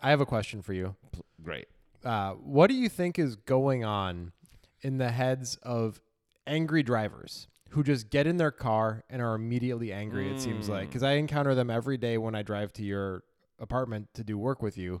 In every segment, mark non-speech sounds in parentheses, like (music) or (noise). I have a question for you. Great. Uh, what do you think is going on in the heads of angry drivers who just get in their car and are immediately angry? It seems like because I encounter them every day when I drive to your apartment to do work with you.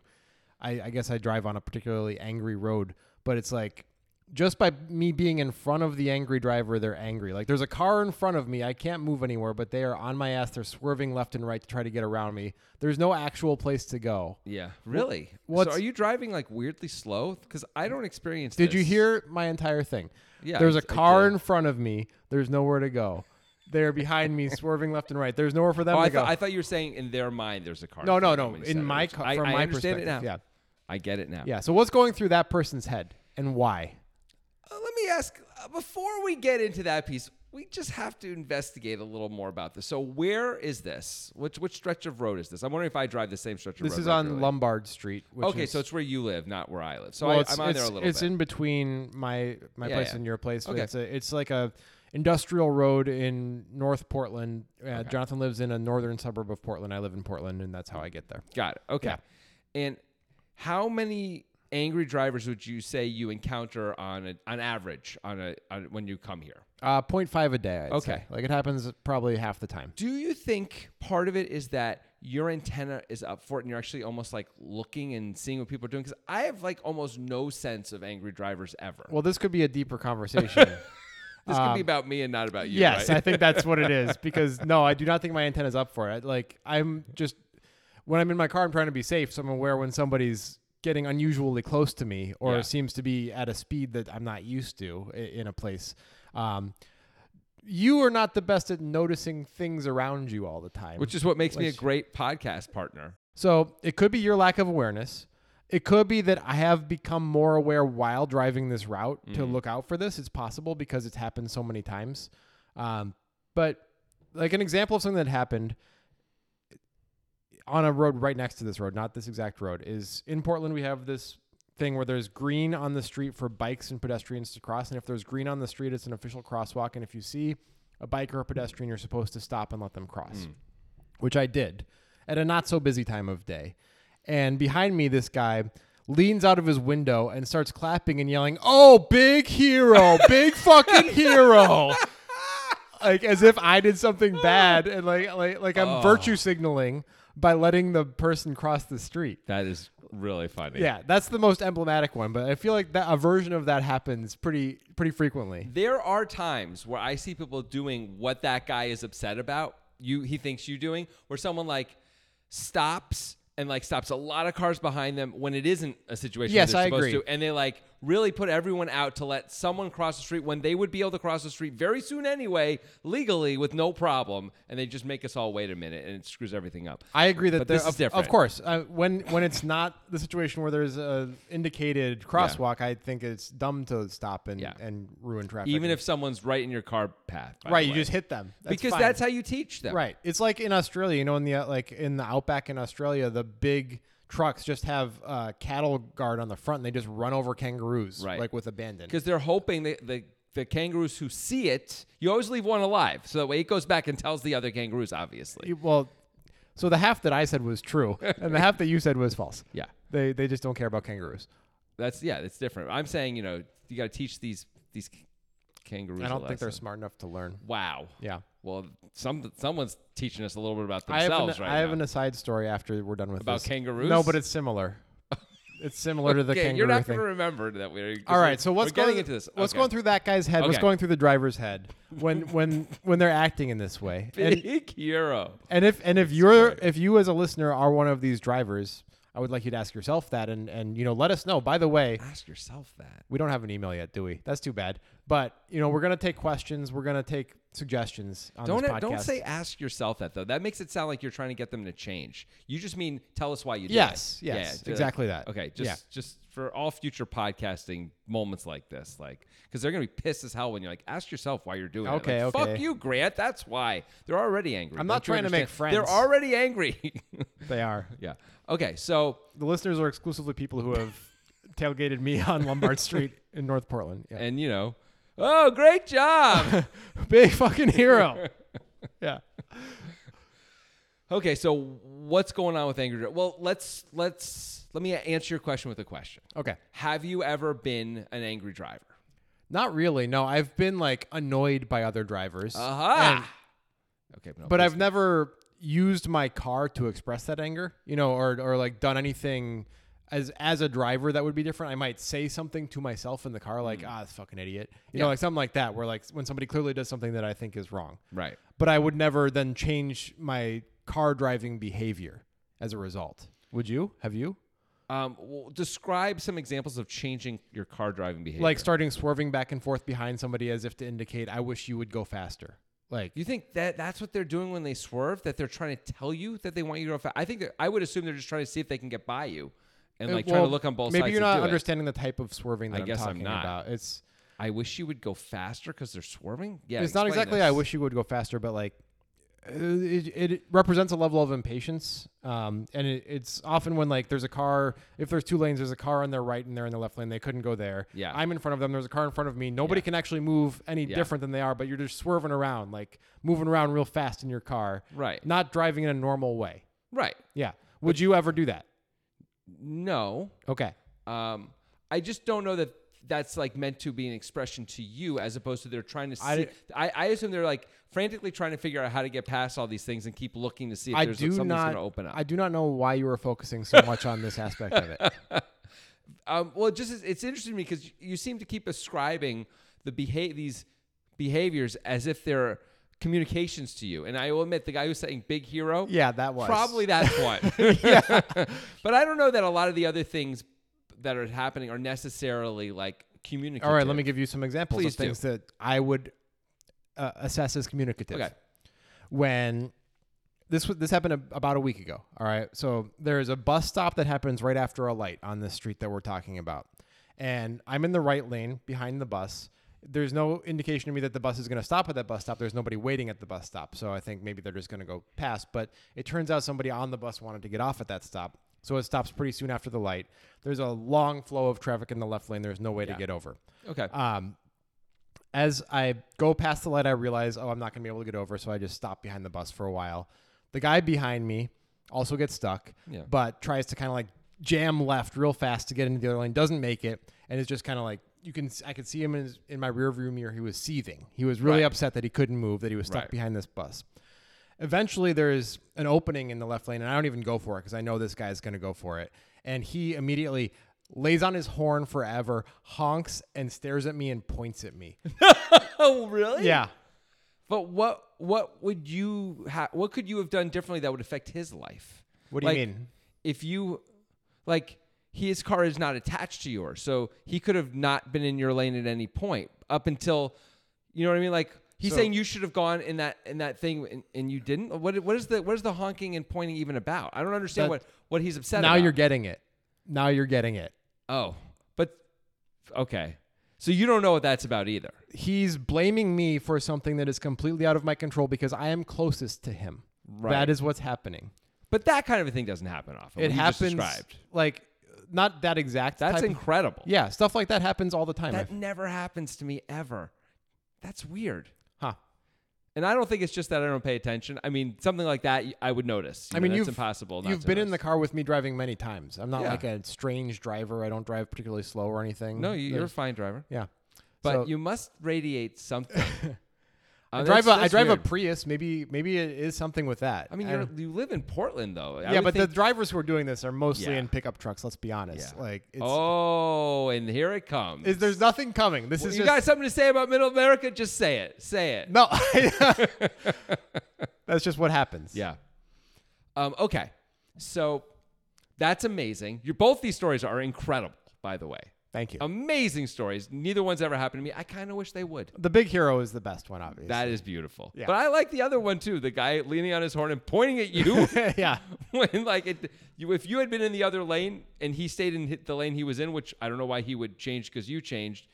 I, I guess I drive on a particularly angry road, but it's like just by me being in front of the angry driver, they're angry. Like there's a car in front of me, I can't move anywhere, but they are on my ass. They're swerving left and right to try to get around me. There's no actual place to go. Yeah. Really? what's- so are you driving like weirdly slow? Because I don't experience. Did you this. hear my entire thing? Yeah, There's I- a I car did. in front of me. There's nowhere to go. They're behind me, swerving left and right. There's nowhere for them Oh, to I, go. thought, I thought you were saying in their mind there's a car. No, in no, front of no. them In instead, my which co- I, from I my understand it now. perspective, I get it now. yeah. So what's going through that person's head and why? Uh, let me ask uh, before we get into that piece. We just have to investigate a little more about this. So, where is this? Which which stretch of road is this? I'm wondering if I drive the same stretch of This road. is on regularly. Lombard Street. Which Okay, is, so it's where you live, not where I live. So well, I, it's, I'm on it's, there a little it's bit. in between my my Yeah, place yeah. and your place. Okay. It's a, it's like a industrial road in North Portland. Uh, Jonathan lives in a northern suburb of Portland. I live in Portland, and that's how I get there. Got it. Okay. Yeah. And how many angry drivers would you say you encounter on a, on average on a on, when you come here? Uh, 0.5 a day. I'd Okay. say. Like it happens probably half the time. Do you think part of it is that your antenna is up for it and you're actually almost like looking and seeing what people are doing? Because I have like almost no sense of angry drivers ever. Well, this could be a deeper (laughs) conversation. this could be about me and not about you. yes, right? I think that's what it (laughs) is because no, I do not think my antenna's up for it. Like I'm just when I'm in my car, I'm trying to be safe, so I'm aware when somebody's getting unusually close to me or Yeah. seems to be at a speed that I'm not used to i- in a place. Um, you are not the best at noticing things around you all the time, which is what makes me a Let's- great podcast partner. So it could be your lack of awareness. It could be that I have become more aware while driving this route to look out for this. It's possible because it's happened so many times. Um, but like an example of something that happened on a road right next to this road, not this exact road, is in Portland we have this thing where there's green on the street for bikes and pedestrians to cross. And if there's green on the street, it's an official crosswalk. And if you see a bike or a pedestrian, you're supposed to stop and let them cross which I did at a not so busy time of day. And behind me, this guy leans out of his window and starts clapping and yelling, Oh, big hero, big fucking hero. Like as if I did something bad and like like like I'm virtue signaling by letting the person cross the street. That is really funny. Yeah, that's the most emblematic one, but I feel like that a version of that happens pretty pretty frequently. There are times where I see people doing what that guy is upset about. You he thinks you doing where someone like stops and like stops a lot of cars behind them when it isn't a situation Yes, where they're I supposed agree. to and they like really put everyone out to let someone cross the street when they would be able to cross the street very soon anyway legally with no problem and they just make us all wait a minute and it screws everything up. I agree that But there- this is of, different. Of course, uh, when when it's not the situation where there's a indicated crosswalk, I think it's dumb to stop and Yeah. and ruin traffic. even if someone's right in your car path. by the right, you way. just hit them that's because fine. that's how you teach them. right. It's like in Australia, you know, in the uh, like in the outback in Australia, the big trucks just have uh, cattle guard on the front, and they just run over kangaroos Right. like with abandon. because they're hoping that the the kangaroos who see it, you always leave one alive, so that way it goes back and tells the other kangaroos. Obviously, You- E, Well, so the half that I said was (laughs) true, and the half that you said was false. Yeah. they they just don't care about kangaroos. that's yeah, it's different. I'm saying you know you got to teach these these k- kangaroos. I a don't think they're lesson. smart enough to learn. Wow. Yeah. Well, some someone's teaching us a little bit about I have, an, themselves right I have now. an aside story after we're done with About this. kangaroos? No, but it's (laughs) similar. it's similar to the okay, kangaroo you're not thing. going to remember that we're. 'cause All we're- right, so what's we're getting going into this? What's Okay. going through that guy's head? What's Okay. going through the driver's head (laughs) when when when they're acting in this way? And, Big hero. and if and if you're if you as a listener are one of these drivers, I would like you to ask yourself that and and you know let us know. By the way, Ask yourself that. we don't have an email yet, do we? That's too bad. But you know we're gonna take questions. We're gonna take suggestions on Don't e, this podcast. don't say ask yourself that though. That makes it sound like you're trying to get them to change. You just mean tell us why you did. Yes, it. Yeah, yes, do- exactly that. Okay, just Yeah. just for all future podcasting moments like this, like because they're gonna be pissed as hell when you're like, ask yourself why you're doing Okay, it. Like, Fuck okay. you, Grant. That's why they're already angry. I'm not Don't you trying to make understand? friends. They're already angry. (laughs) they are. yeah. Okay, so The listeners are exclusively people who (laughs) have tailgated me on Lombard Street in North Portland. (laughs) Yeah. and you know, oh, (laughs) great job. Big fucking hero. yeah. Okay, so what's going on with Angry Drunk? Well, let's let's let me answer your question with a question. Okay. Have you ever been an angry driver? Not really. No, I've been like annoyed by other drivers. Aha. okay, no, but please- I've never used my car to express that anger, you know, or or like done anything as as a driver that would be different. I might say something to myself in the car, like ah, this fucking idiot, you know, Yeah. like something like that, where like when somebody clearly does something that I think is wrong, right. but I would never then change my car driving behavior as a result. Would you? Have you? Um, well, describe some examples of changing your car driving behavior. Like starting swerving back and forth behind somebody as if to indicate I wish you would go faster. Like you think that that's what they're doing when they swerve? That they're trying to tell you that they want you to go fast? I think that, I would assume they're just trying to see if they can get by you, and Uh, like trying to well, look on both maybe sides. you're to not do it. understanding the type of swerving that I am guess I'm talking not. about. It's I wish you would go faster because they're swerving. Yeah, it's not explain exactly this. I wish you would go faster, but like uh, it, it represents a level of impatience, um, and it, it's often when like there's a car. If there's two lanes, there's a car on their right and they're in the left lane. They couldn't go there. Yeah. I'm in front of them. There's a car in front of me. Nobody Yeah. can actually move any Yeah. different than they are. But you're just swerving around, like moving around real fast in your car, Right. not driving in a normal way. Right. Yeah. Would you ever do that? No. Okay. Um, I just don't know that that's like meant to be an expression to you as opposed to they're trying to see. I, I- I, assume they're like frantically trying to figure out how to get past all these things and keep looking to see if I there's do something that's not going to open up. I do not know why you were focusing so much on this aspect of it. (laughs) um, well, it just is- it's interesting to me because you seem to keep ascribing the beha- these behaviors as if they're communications to you. And I will admit, the guy who's saying "big hero," Yeah, that was Probably that's one. (laughs) (laughs) but I don't know that a lot of the other things that are happening are necessarily like communicative. All right, let me give you some examples Please of do. things that I would uh, assess as communicative. Okay. When this wa- this happened a, about a week ago. All right, so there is a bus stop that happens right after a light on this street that we're talking about, and I'm in the right lane behind the bus. There's no indication to me that the bus is going to stop at that bus stop. There's nobody waiting at the bus stop, so I think maybe they're just going to go past. But it turns out somebody on the bus wanted to get off at that stop, so it stops pretty soon after the light. There's a long flow of traffic in the left lane. There's no way to get over. Okay. Um, as I go past the light, I realize, oh, I'm not going to be able to get over. So I just stop behind the bus for a while. The guy behind me also gets stuck, Yeah. but tries to kind of like jam left real fast to get into the other lane, doesn't make it, and is just kind of like, you can, I could see him in, his, in my rear view mirror. He was seething. He was really Right. upset that he couldn't move, that he was stuck Right. behind this bus. Eventually, there is an opening in the left lane, and I don't even go for it because I know this guy is going to go for it. And he immediately lays on his horn forever, honks, and stares at me and points at (laughs) me. (laughs) oh, really? yeah. But what what would you ha- what could you have done differently that would affect his life? What do you Like, mean? If you like his car is not attached to yours, so he could have not been in your lane at any point up until you know what I mean. Like he's So- saying you should have gone in that in that thing and, and you didn't. What what is the what is the honking and pointing even about? I don't understand That- what what he's upset. Now about. you're getting it. Now you're getting it. oh, but okay. So you don't know what that's about either. He's blaming me for something that is completely out of my control because I am closest to him. Right. That is what's happening. But that kind of a thing doesn't happen often. It what you just happens described. like not that exact. That's type of- incredible. yeah, stuff like that happens all the time. That I- never happens to me ever. That's weird. huh. And I don't think it's just that I don't pay attention. I mean, something like that y- I would notice. You I know, mean, that's you've impossible. not You've to been in the notice. car with me driving many times. I'm not Yeah. like a strange driver. I don't drive particularly slow or anything. No, you, you're a There's- fine driver, yeah. but So- you must (laughs) radiate something. Oh, I drive a I drive a Prius. Maybe maybe it is something with that. I mean, I you're, don't- you live in Portland though. I yeah, would but think, the drivers who are doing this are mostly Yeah. in pickup trucks. Let's be honest. Yeah. Like, it's, oh, and here it comes. is there's nothing coming. This Well, is you just, got something to say about Middle America? Just say it. Say (laughs) it. no. (laughs) That's just what happens. Yeah. Um, okay. So that's amazing. You're, both these stories are incredible, by the way. Thank you. Um, Amazing stories. Neither one's ever happened to me. I kind of wish they would. the big hero is the best one, obviously. That is beautiful. Yeah. But I like the other one too. The guy leaning on his horn and pointing at you. (laughs) yeah. (laughs) when like it, you, if you had been in the other lane and he stayed in hit- the lane he was in, which I don't know why he would change because you changed,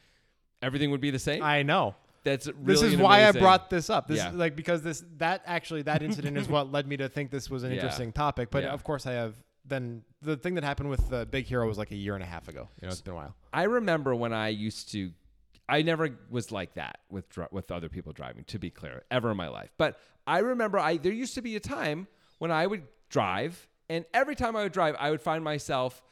everything would be the same. I know. That's really This is an why amazing- I brought this up. This Yeah. is like because this that actually that incident is what led me to think this was an (laughs) Yeah. interesting topic. But Yeah. of course, I have then the thing that happened with the big hero was like a year and a half ago. You know, it's been a while. I remember when I used to. I never was like that with dri- with other people driving. To be clear, ever in my life. But I remember I there used to be a time when I would drive, and every time I would drive, I would find myself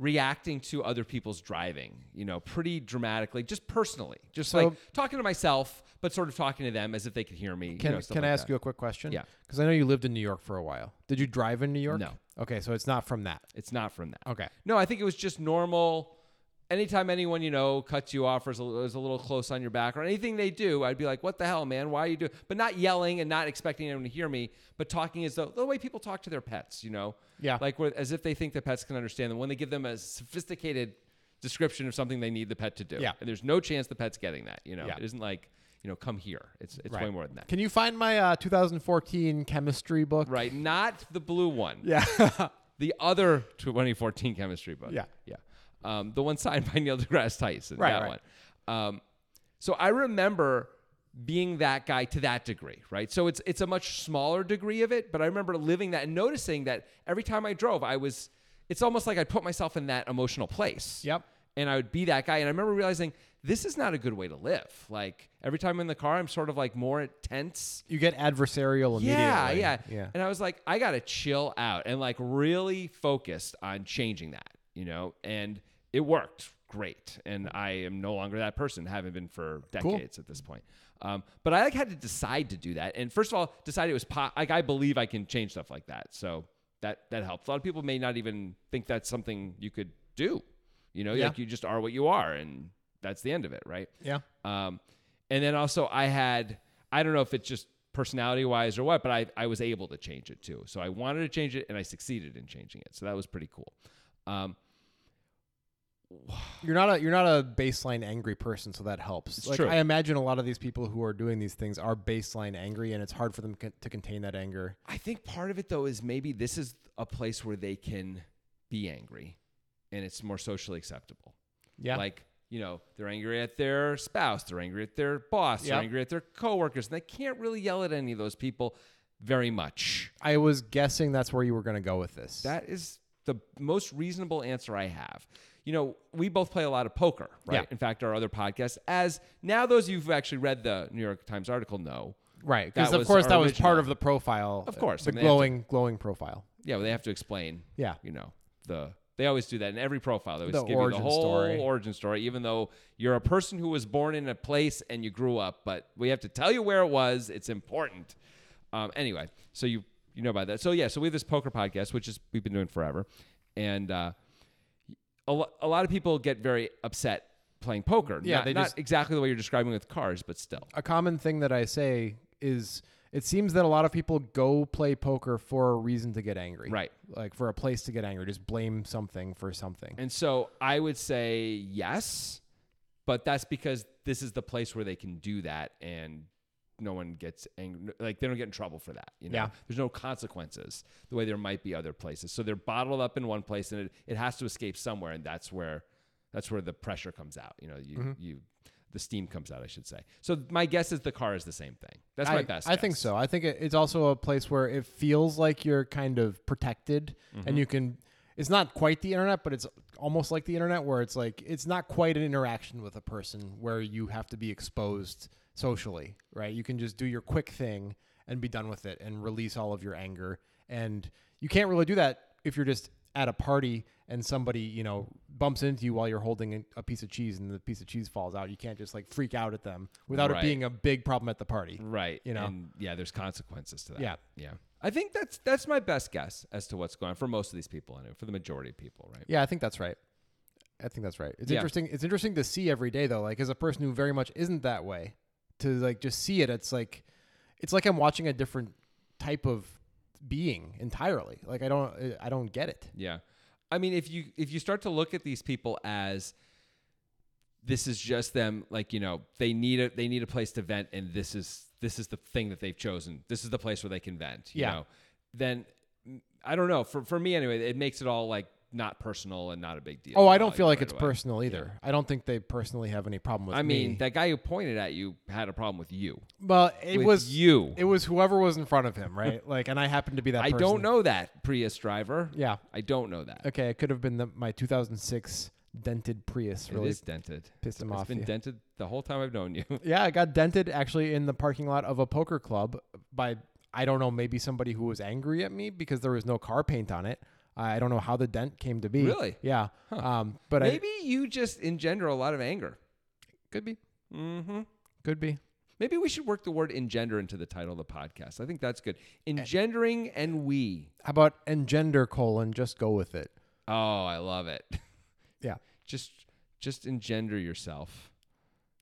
reacting to other people's driving, you know, pretty dramatically, just personally, just So- like talking to myself, but sort of talking to them as if they could hear me. Can, you know, stuff can I like ask that. you a quick question? Yeah. Because I know you lived in New York for a while. Did you drive in New York? No. Okay, so it's not from that. It's not from that. Okay. No, I think it was just normal. Anytime anyone you know cuts you off or is a, is a little close on your back or anything they do, I'd be like, "What the hell, man? Why are you doing?" But not yelling and not expecting anyone to hear me, but talking as though the way people talk to their pets, you know, Yeah. like where, as if they think the pets can understand them. When they give them a sophisticated description of something they need the pet to do, Yeah. and there's no chance the pet's getting that. You know, Yeah. it isn't like you know, come here. It's it's Right. way more than that, Can you find my uh, 2014 chemistry (laughs) book? right? Not the blue one. Yeah. The other 2014 chemistry book. Yeah. Yeah. Um, the one signed (laughs) by Neil deGrasse Tyson. Right, That right. one. Um, so I remember being that guy to that degree, right? So it's it's a much smaller degree of it, but I remember living that and noticing that every time I drove, I was it's almost like I put myself in that emotional place Yep. and I would be that guy. And I remember realizing this is not a good way to live. Like every time I'm in the car, I'm sort of like more tense. you get adversarial immediately. Yeah, yeah, Yeah. And I was like, I gotta chill out and like really focused on changing that, you know. And it worked great, and I am no longer that person. Haven't been for decades at this point. Um, but I like had to decide to do that, and first of all, decide it was po- like I believe I can change stuff like that. So that that helps. A lot of people may not even think that's something you could do. You know, Yeah. like you just are what you are, and that's the end of it, right? yeah. Um, and then also I had, I don't know if it's just personality wise or what, but I, I was able to change it too. So I wanted to change it and I succeeded in changing it. So that was pretty cool. Um, You're not a you're not a baseline angry person, so that helps. like true. I imagine a lot of these people who are doing these things are baseline angry, and it's hard for them con- to contain that anger. I think part of it though is maybe this is a place where they can be angry and it's more socially acceptable. Yeah. Like, you know, they're angry at their spouse, they're angry at their boss, Yeah. they're angry at their coworkers, and they can't really yell at any of those people very much. I was guessing that's where you were going to go with this. That is the most reasonable answer I have. You know, we both play a lot of poker, right? Yeah. In fact, our other podcast, as now those of you who've actually read the New York Times article know, right. that Because of was course our that was part original. of the profile. Of course, The I mean, they have to- glowing glowing profile. yeah, well, they have to explain, Yeah. you know, the they always do that in every profile. They always The give you the origin whole story. origin story, even though you're a person who was born in a place and you grew up, but we have to tell you where it was. It's important. Um, anyway, so you you know about that. So yeah, so we have this poker podcast, which is we've been doing forever, and uh, a, lo- a lot of people get very upset playing poker. Yeah, not, they not just- exactly the way you're describing with cars, but still. a common thing that I say is it seems that a lot of people go play poker for a reason to get angry. Right. Like for a place to get angry, just blame something for something. And so I would say yes, but that's because this is the place where they can do that and no one gets angry. Like they don't get in trouble for that. You know, Yeah. there's no consequences the way there might be other places. So they're bottled up in one place and it, it has to escape somewhere. And that's where, that's where the pressure comes out. You know, you, Mm-hmm. you, the steam comes out, I should say. So my guess is the car is the same thing. That's my I, best. I think guess. so. I think it, it's also a place where it feels like you're kind of protected Mm-hmm. and you can it's not quite the internet, but it's almost like the internet where it's like it's not quite an interaction with a person where you have to be exposed socially, right? You can just do your quick thing and be done with it and release all of your anger. And you can't really do that if you're just at a party and somebody, you know, bumps into you while you're holding a piece of cheese and the piece of cheese falls out. You can't just like freak out at them without Right. it being a big problem at the party. Right. You know? And yeah, there's consequences to that. Yeah. Yeah. I think that's that's my best guess as to what's going on for most of these people anyway, for the majority of people, right? Yeah, I think that's right. I think that's right. It's Yeah. interesting. It's interesting to see every day though. Like as a person who very much isn't that way, to like just see it, it's like it's like I'm watching a different type of being entirely. Like I don't I don't get it. Yeah. I mean, if you if you start to look at these people as this is just them like, you know, they need a they need a place to vent and this is this is the thing that they've chosen. This is the place where they can vent, you Yeah. know. Then I don't know, for for me anyway, it makes it all like not personal and not a big deal. Oh, I Like, don't feel like right it's away. personal either. I don't think they personally have any problem with I mean, me. that guy who pointed at you had a problem with you. well, it with was you. It was whoever was in front of him, (laughs) right? like, and I happened to be that. I person. don't know that Prius driver. Yeah. I don't know that. Okay, it could have been the, my 2006 dented Prius. Really it is dented. pissed him It's off, been yeah. (laughs) dented the whole time I've known you. (laughs) Yeah, I got dented actually in the parking lot of a poker club by I don't know, maybe somebody who was angry at me because there was no car paint on it. I don't know how the dent came to be. Really? Yeah. Um, but I Maybe you just engender a lot of anger. could be, Mm-hmm. could be. Maybe we should work the word engender into the title of the podcast. I think that's good. Engendering and we. How about engender colon? Just go with it. Oh, I love it. (laughs) Yeah. Just just engender yourself.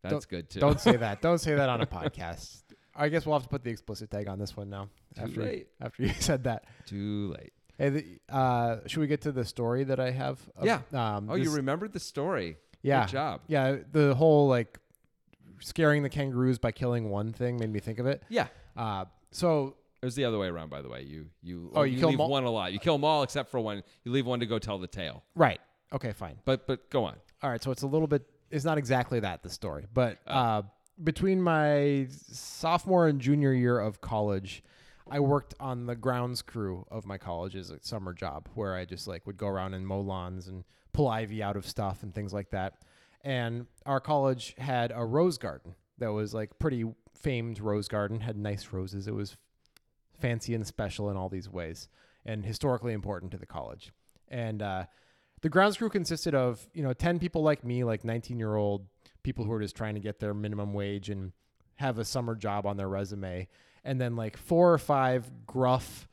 That's good too. Don't say that. Don't say that (laughs) on a podcast. I guess we'll have to put the explicit tag on this one now. Too after late. after you (laughs) said that. Too late. Hey, the, uh, should we get to the story that I have? of- Yeah. Um, Oh, this- you remembered the story. yeah. Good job. Yeah. The whole like scaring the kangaroos by killing one thing made me think of it. Yeah. Uh, so It was the other way around, by the way. You you Oh, you kill 'em leave all? one alive. You kill them all except for one. You leave one to go tell the tale. right. Okay. Fine. But but go on. All right. So it's a little bit. It's not exactly that the story, but uh, between my sophomore and junior year of college, I worked on the grounds crew of my college as a summer job, where I just like would go around and mow lawns and pull ivy out of stuff and things like that. And our college had a rose garden that was like pretty famed rose garden, had nice roses. It was fancy and special in all these ways and historically important to the college. And uh, the grounds crew consisted of, you know, 10 people like me, like 19 year old people who are just trying to get their minimum wage and have a summer job on their resume. And then like four or five gruff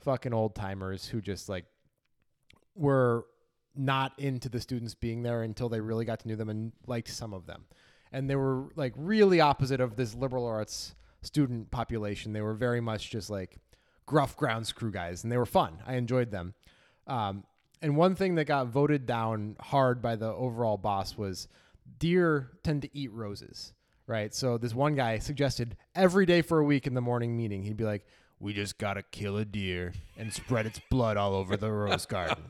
fucking old timers who just like were not into the students being there until they really got to know them and liked some of them. And they were like really opposite of this liberal arts student population. They were very much just like gruff grounds crew guys, and they were fun. I enjoyed them. Um, and one thing that got voted down hard by the overall boss was deer tend to eat roses, right? So this one guy suggested every day for a week in the morning meeting, he'd be like, we just gotta kill a deer and spread its blood all over the rose garden.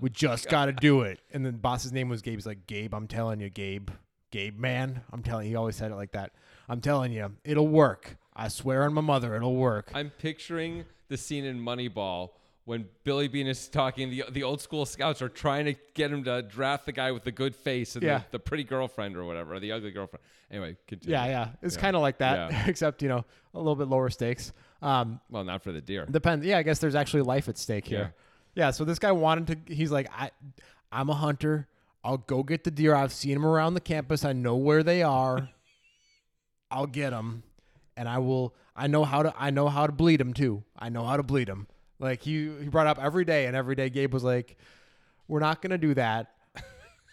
we just gotta do it. And then boss's name was Gabe. He's like, Gabe, I'm telling you, Gabe, Gabe, man, I'm telling. He always said it like that. I'm telling you, it'll work. I swear on my mother, it'll work. I'm picturing the scene in Moneyball when Billy Bean is talking. The, the old school scouts are trying to get him to draft the guy with the good face and Yeah. the, the pretty girlfriend or whatever, or the ugly girlfriend. Anyway, continue. yeah, yeah, it's kind of like that, Yeah. (laughs) except you know, a little bit lower stakes. Um, Well, not for the deer. Depends. Yeah, I guess there's actually life at stake here. Yeah. so this guy wanted to. He's like, I, I'm a hunter. I'll go get the deer. I've seen them around the campus. I know where they are. I'll get them, and I will. I know how to. I know how to bleed them too. I know how to bleed them. Like he, he brought up every day, and every day Gabe was like, "We're not gonna do that."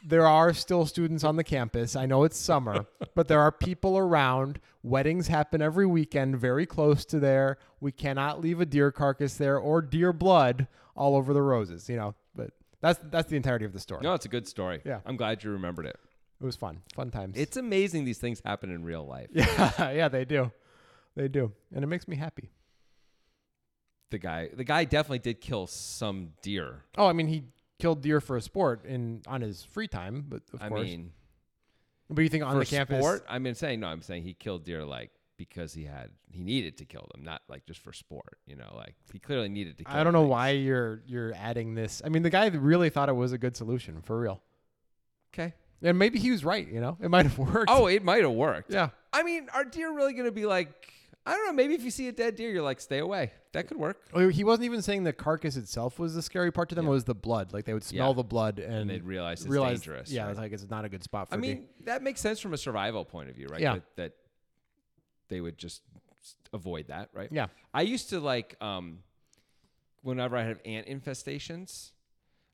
there are still students on the campus. I know it's (laughs) summer, but there are people around. Weddings happen every weekend very close to there. We cannot leave a deer carcass there or deer blood all over the roses, you know. But that's that's the entirety of the story. No, it's a good story. Yeah. I'm glad you remembered it. It was fun. Fun times. It's amazing these things happen in real life. (laughs) yeah, yeah, they do. They do. And it makes me happy. The guy, the guy definitely did kill some deer. Oh, I mean, he killed deer for a sport in on his free time, but of I course. mean, but you think on for the campus sport. I mean, saying no, I'm saying he killed deer like because he had he needed to kill them, not like just for sport. You know, like he clearly needed to. kill I don't know things. why you're you're adding this. I mean, the guy really thought it was a good solution for real. Okay. And maybe he was right, you know? It might have (laughs) worked. Oh, it might have worked. yeah. I mean, are deer really going to be like? I don't know. Maybe if you see a dead deer, you're like, stay away. That could work. Oh, He wasn't even saying the carcass itself was the scary part to them. It was the blood. Like they would smell Yeah. the blood and, they'd realize it's dangerous, Yeah, right? it's like it's not a good spot for I deer. mean, that makes sense from a survival point of view, right? Yeah. That, that they would just avoid that, right? Yeah. I used to like um, whenever I had ant infestations,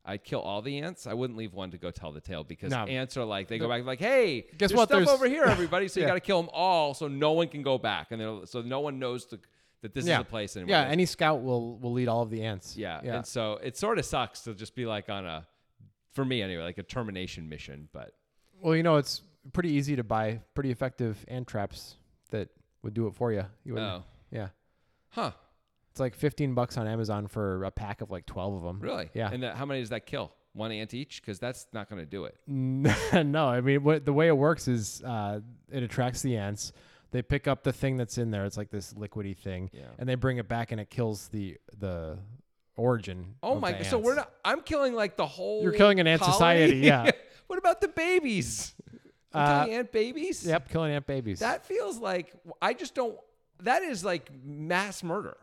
I'd kill all the ants. I wouldn't leave one to go tell the tale because No. ants are like they go back like, hey, guess what? Stuff There's- over here, everybody. So you (laughs) Yeah. got to kill them all, so no one can go back, and they'll- so no one knows to, that this yeah. is the place anymore. yeah, any scout will will lead all of the ants. Yeah. Yeah. And so it sort of sucks to just be like on a, for me anyway, like a termination mission. But well, you know, it's pretty easy to buy pretty effective ant traps that would do it for you. You wouldn't. oh, Yeah. huh, It's like 15 bucks on Amazon for a pack of like 12 of them. really? Yeah. And that, how many does that kill? One ant each? Because that's not going to do it. (laughs) no, I mean, what the way it works is uh, it attracts the ants. They pick up the thing that's in there. It's like this liquidy thing, Yeah. and they bring it back, and it kills the the origin. Oh of my! the So we're ants. not. I'm killing like the whole. You're killing an ant colony? society, yeah. (laughs) what about the babies? I'm Uh, killing ant babies. Yep, killing ant babies. That feels like I just don't. That is like mass murder.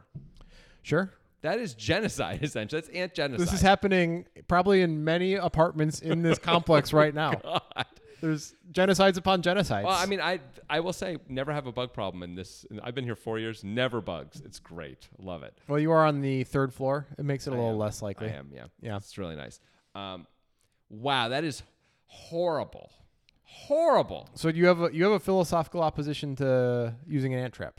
Sure. That is genocide, (laughs) essentially. That's ant genocide. This is happening probably in many apartments in (laughs) Oh this complex right now. There's genocides upon genocides. well, I mean, I I will say, never have a bug problem in this. I've been here four years, never bugs. It's great, love it. Well, you are on the third floor. It makes it a little am. less likely. I am, yeah, Yeah. It's really nice. Um, wow, that is horrible, horrible. So you have a you have a philosophical opposition to using an ant trap,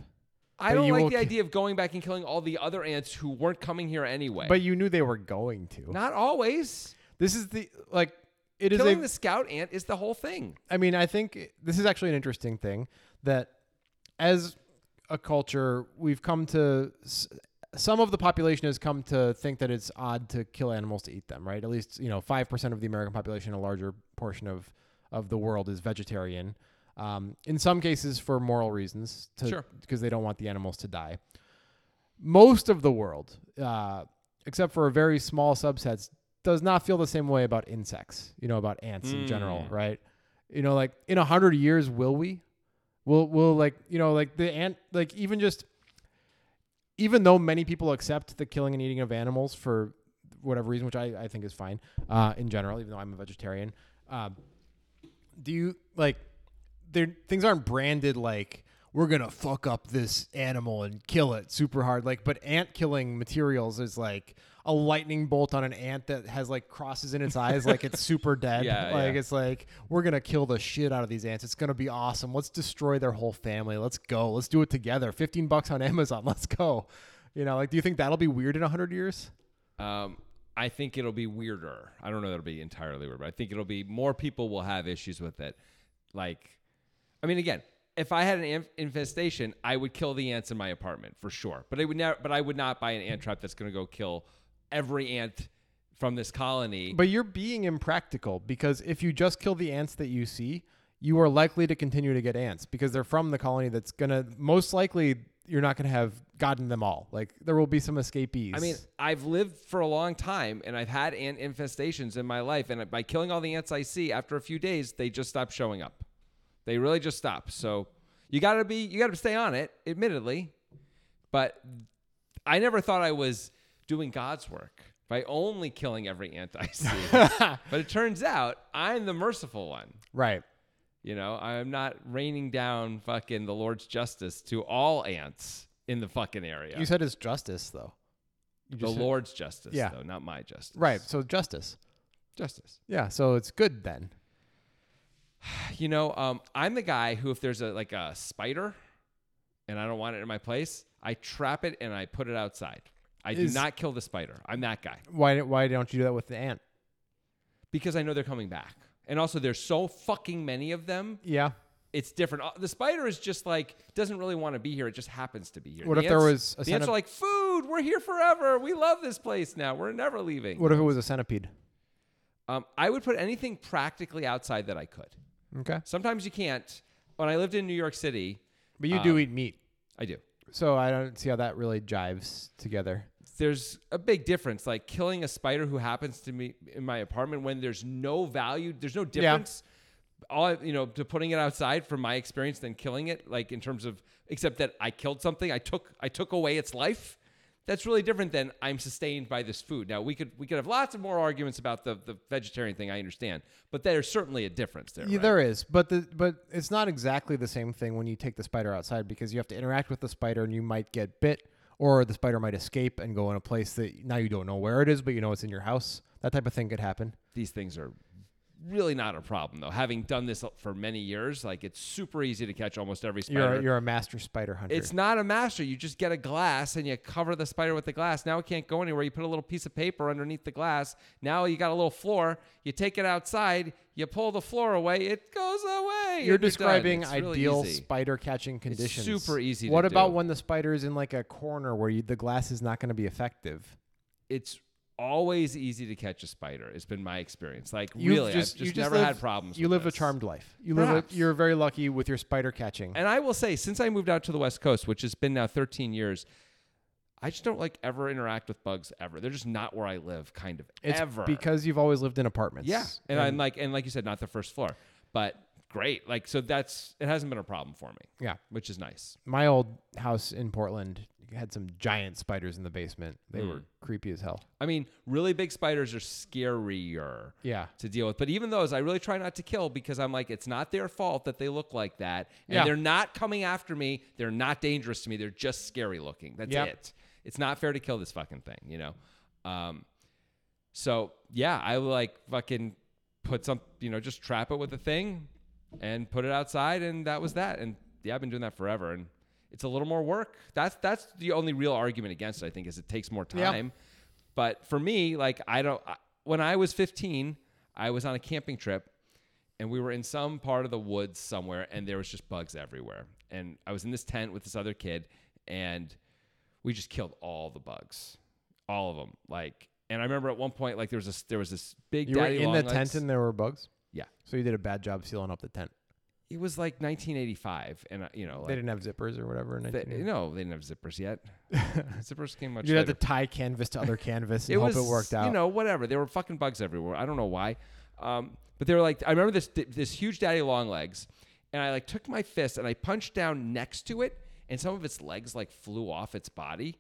I But don't you like will the ki- idea of going back and killing all the other ants who weren't coming here anyway. but you knew they were going to. not always. This is the like it is Killing a the scout ant is the whole thing. I mean, I think this is actually an interesting thing that as a culture, we've come to s- some of the population has come to think that it's odd to kill animals to eat them, right? At least, you know, 5% of the American population, a larger portion of, of the world is vegetarian. Um, in some cases for moral reasons to, Sure. because they don't want the animals to die. Most of the world, uh, except for a very small subsets, does not feel the same way about insects, you know, about ants in general, Mm. right? You know, like in a hundred years, will we? Will will like you know like the ant like even just even though many people accept the killing and eating of animals for whatever reason, which I, I think is fine uh, in general, even though I'm a vegetarian. Uh, do you like there things aren't branded like we're gonna fuck up this animal and kill it super hard like but ant killing materials is like a lightning bolt on an ant that has like crosses in its eyes like it's (laughs) super dead Yeah, like yeah. it's like we're gonna kill the shit out of these ants it's gonna be awesome let's destroy their whole family let's go let's do it together 15 bucks on (laughs) amazon let's go you know like do you think that'll be weird in 100 years Um, I think it'll be weirder. I don't know that it'll be entirely weird, but I think it'll be more people will have issues with it. Like, I mean, again, if I had an inf- infestation, I would kill the ants in my apartment for sure. But I would never. But I would not buy an ant trap that's going to go kill every ant from this colony. But you're being impractical because if you just kill the ants that you see, you are likely to continue to get ants because they're from the colony that's gonna most likely you're not gonna have gotten them all. Like there will be some escapees. I mean, I've lived for a long time and I've had ant infestations in my life. And by killing all the ants I see, after a few days, they just stop showing up. They really just stop. So you gotta be, you gotta stay on it, admittedly. But I never thought I was doing God's work by only killing every ant I see. but it turns out I'm the merciful one. right. You know, I'm not raining down fucking the Lord's justice to all ants in the fucking area. You said it's justice though. You the just said- Lord's justice, Yeah. though, not my justice. Right. So justice. Justice. Yeah. So it's good then. You know, um, I'm the guy who, if there's a like a spider, and I don't want it in my place, I trap it and I put it outside. I Is- do not kill the spider. I'm that guy Why why don't you do that with the ant? because I know they're coming back. And also, there's so fucking many of them. Yeah. It's different. Uh, The spider is just like doesn't really want to be here. It just happens to be here. What The if there ants- was a the ants centip- are like food? We're here forever. We love this place now. We're never leaving. What if it was a centipede? Um, I would put anything practically outside that I could. Okay. Sometimes you can't. When I lived in New York City, But you do eat meat. I do. So I don't see how that really jives together. there's a big difference like killing a spider who happens to me in my apartment when there's no value there's no difference all you know to putting it outside from my experience than killing it like in terms of except that i killed something i took i took away its life that's really different than i'm sustained by this food now we could we could have lots of more arguments about the the vegetarian thing i understand but there's certainly a difference there Yeah, right? there is, but the but it's not exactly the same thing when you take the spider outside because you have to interact with the spider and you might get bit or the spider might escape and go in a place that now you don't know where it is, but you know it's in your house. That type of thing could happen. these things are really not a problem though having done this for many years like it's super easy to catch almost every spider You're a, you're a master spider hunter. It's not a master. You just get a glass and you cover the spider with the glass. Now it can't go anywhere. You put a little piece of paper underneath the glass. Now you got a little floor. You take it outside. You pull the floor away. It goes away. you're and done. describing It's really ideal easy. spider catching conditions. super easy to What about do. when the spider is in like a corner where you, the glass is not going to be effective? It's always easy to catch a spider. It's been my experience. Like You've really, I've just you never live- had problems. You with live this. a charmed life. You live. Perhaps. A, you're very lucky with your spider catching. And I will say, since I moved out to the West Coast, which has been now 13 years, I just don't like ever interact with bugs ever. They're just not where I live, kind of it's ever. because you've always lived in apartments. Yeah, and, I'm like, and like you said, not the first floor, but great. Like so that's it hasn't been a problem for me. Yeah. Which is nice. My old house in Portland had some giant spiders in the basement. They were Mm. creepy as hell. I mean, really big spiders are scarier Yeah. to deal with. But even those I really try not to kill because I'm like, it's not their fault that they look like that. And Yeah. they're not coming after me. They're not dangerous to me. They're just scary looking. That's Yep. it. It's not fair to kill this fucking thing, you know? Um so yeah, I would like fucking put some you know, just trap it with a thing and put it outside and that was that. And yeah, I've been doing that forever and it's a little more work. That's that's the only real argument against it, I think, is it takes more Yeah. time. But for me, like I don't. I, when I was 15, I was on a camping trip, and we were in some part of the woods somewhere, and there was just bugs everywhere. And I was in this tent with this other kid, and we just killed all the bugs, all of them. Like, and I remember at one point, like there was this there was this big You were daddy in the longlegs. tent and there were bugs? Yeah. So you did a bad job sealing up the tent. it was like 1985, and I- you know, they like, didn't have zippers or whatever. In they 1980. no, they didn't have (laughs) zippers yet. zippers came much. You'd have later. to tie canvas to other (laughs) canvas and hope it worked out. You know, whatever. There were fucking bugs everywhere. I don't know why, um, but they were like. I remember this this huge daddy long legs, and I like took my fist and I punched down next to it, and some of its legs like flew off its body,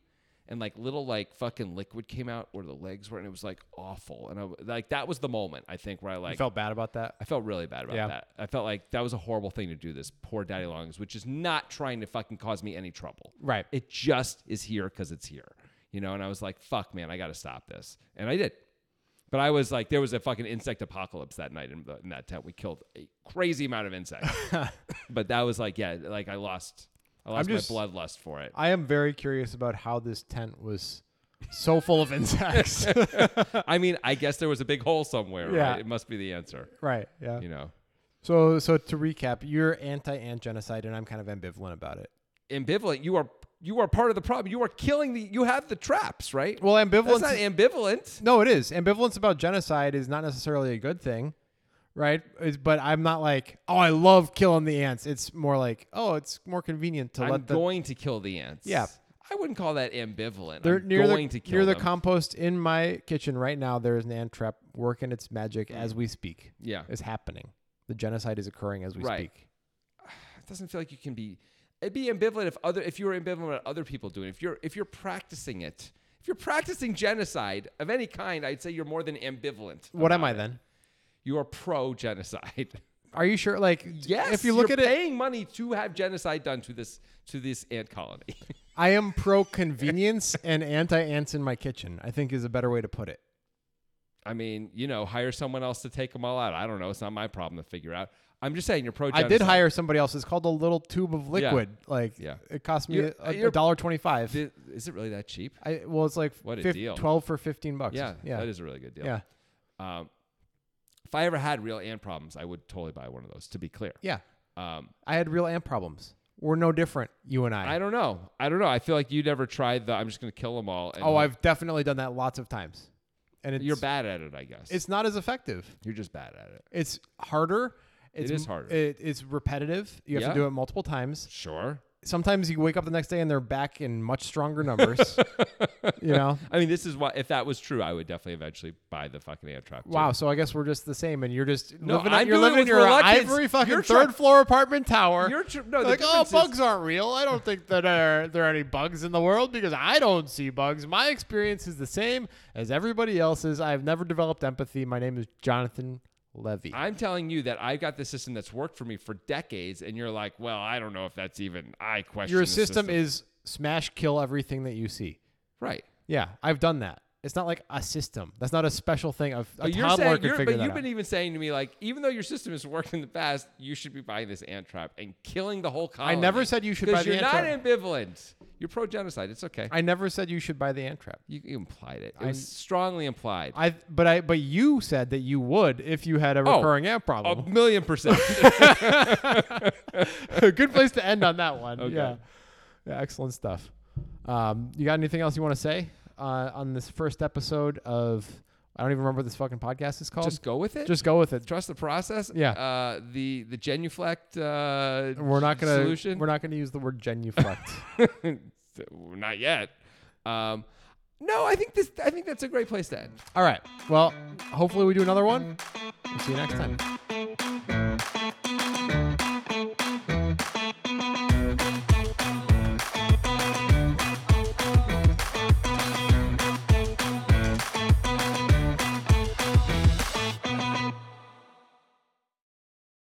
and like little like fucking liquid came out where the legs were, and it was like awful. And I like that was the moment I think where I I like felt bad about that. I felt really bad about Yeah. that. I felt like that was a horrible thing to do. This poor daddy long legs, which is not trying to fucking cause me any trouble. Right. It just is here because it's here, you know. And I was like, "Fuck, man, I got to stop this," and I did. But I was like, there was a fucking insect apocalypse that night in, the, in that tent. We killed a crazy amount (laughs) of insects. but that was like, yeah, like I lost, I lost just- my bloodlust for (laughs) it. I am very curious about how this tent was so full of insects. (laughs) (laughs) I mean, I guess there was a big hole somewhere. Yeah. right? It must be the answer, right. Yeah. you know. So so to recap, you're anti ant genocide and I'm kind of ambivalent about it. Ambivalent. You are you are part of the problem. You are killing the. You have the traps, right? Well, ambivalence That's not ambivalent. No, it is. Ambivalence about genocide is not necessarily a good thing, right? It's, but I'm not like, "Oh, I love killing the ants." It's more like, "Oh, it's more convenient to I'm let the going to kill the ants. Yeah. I wouldn't call that ambivalent. They're I'm near going the, to kill near the them. compost in my kitchen right now. There is an ant trap working its magic as Mm. we speak. yeah. It's happening. The genocide is occurring as we Right. speak. It doesn't feel like you can be it'd be ambivalent if other if you were ambivalent about other people doing it. If you're if you're practicing it. If you're practicing genocide of any kind, I'd say you're more than ambivalent. What am about I it. then? You are pro (laughs) genocide. Are you sure? Like, yes. if you look you're at it, paying money to have genocide done to this to this ant colony. (laughs) I am pro convenience and anti ants in my kitchen. I think is a better way to put it. I mean, you know, hire someone else to take them all out. I don't know. It's not my problem to figure out. I'm just saying you're pro. I did hire somebody else. It's called a little tube of liquid. Like, Yeah. it cost me You're- a- a you're- dollar twenty-five. Is it really that cheap? I well, it's like What a fif- deal. twelve for fifteen bucks. Yeah, yeah, that is a really good deal. yeah, Um, if I ever had real ant problems, I would totally buy one of those. To be clear, yeah. um, I had real ant problems. We're no different, you and I don't know. I don't know. I feel like you never tried the. I'm just going to kill them all. And Oh, I've definitely done that lots of times, and it's You're bad at it, I guess. It's not as effective. you're just bad at it. It's harder. It's, is m- harder. It, it's repetitive. You have Yeah. to do it multiple times. Sure. Sometimes you wake up the next day and they're back in much stronger (laughs) numbers. you know. I mean, this is why. If that was true, I would definitely eventually buy the fucking ant trap. too. Wow. So I guess we're just the same, and you're just No, living. I'm you're doing living in it with your reluctance. ivory fucking You're try- third floor apartment tower. You're tr- no. like, the oh, difference is- bugs aren't real. I don't think that are, there are any bugs in the world because I don't see bugs. My experience is the same as everybody else's. I've never developed empathy. My name is Jonathan Levy. I'm telling you that I've got this system that's worked for me for decades, and you're like, well, I don't know if that's even. I question Your the system, is smash kill everything that you see. right. Yeah, I've done that. It's not like a system. That's not a special thing. A, a But you're toddler saying, could you're, figure but that you've out. been even saying to me like, even though your system has worked in the past, you should be buying this ant trap and killing the whole colony. never said you should 'Cause buy the you're ant not ambivalent. You're pro genocide. It's okay. I never said you should buy the ant trap. you, you implied it. It was strongly implied. I but I but you said that you would if you had a Oh, recurring ant a problem. (laughs) million percent. Good place to end on that one. Um, (laughs) Okay. Yeah. Yeah, excellent stuff. Um, you got anything else you want to say uh, on this first episode of I don't even remember what this fucking podcast is called. Just go with it. Just go with it. trust the process. Yeah. Uh, the the genuflect. Uh, We're not gonna solution. we're not gonna use the word (laughs) genuflect. not yet. Um, no, I think this. I think that's a great place to end. Mm-hmm. All right. Well, hopefully we do another one. We'll see you next time.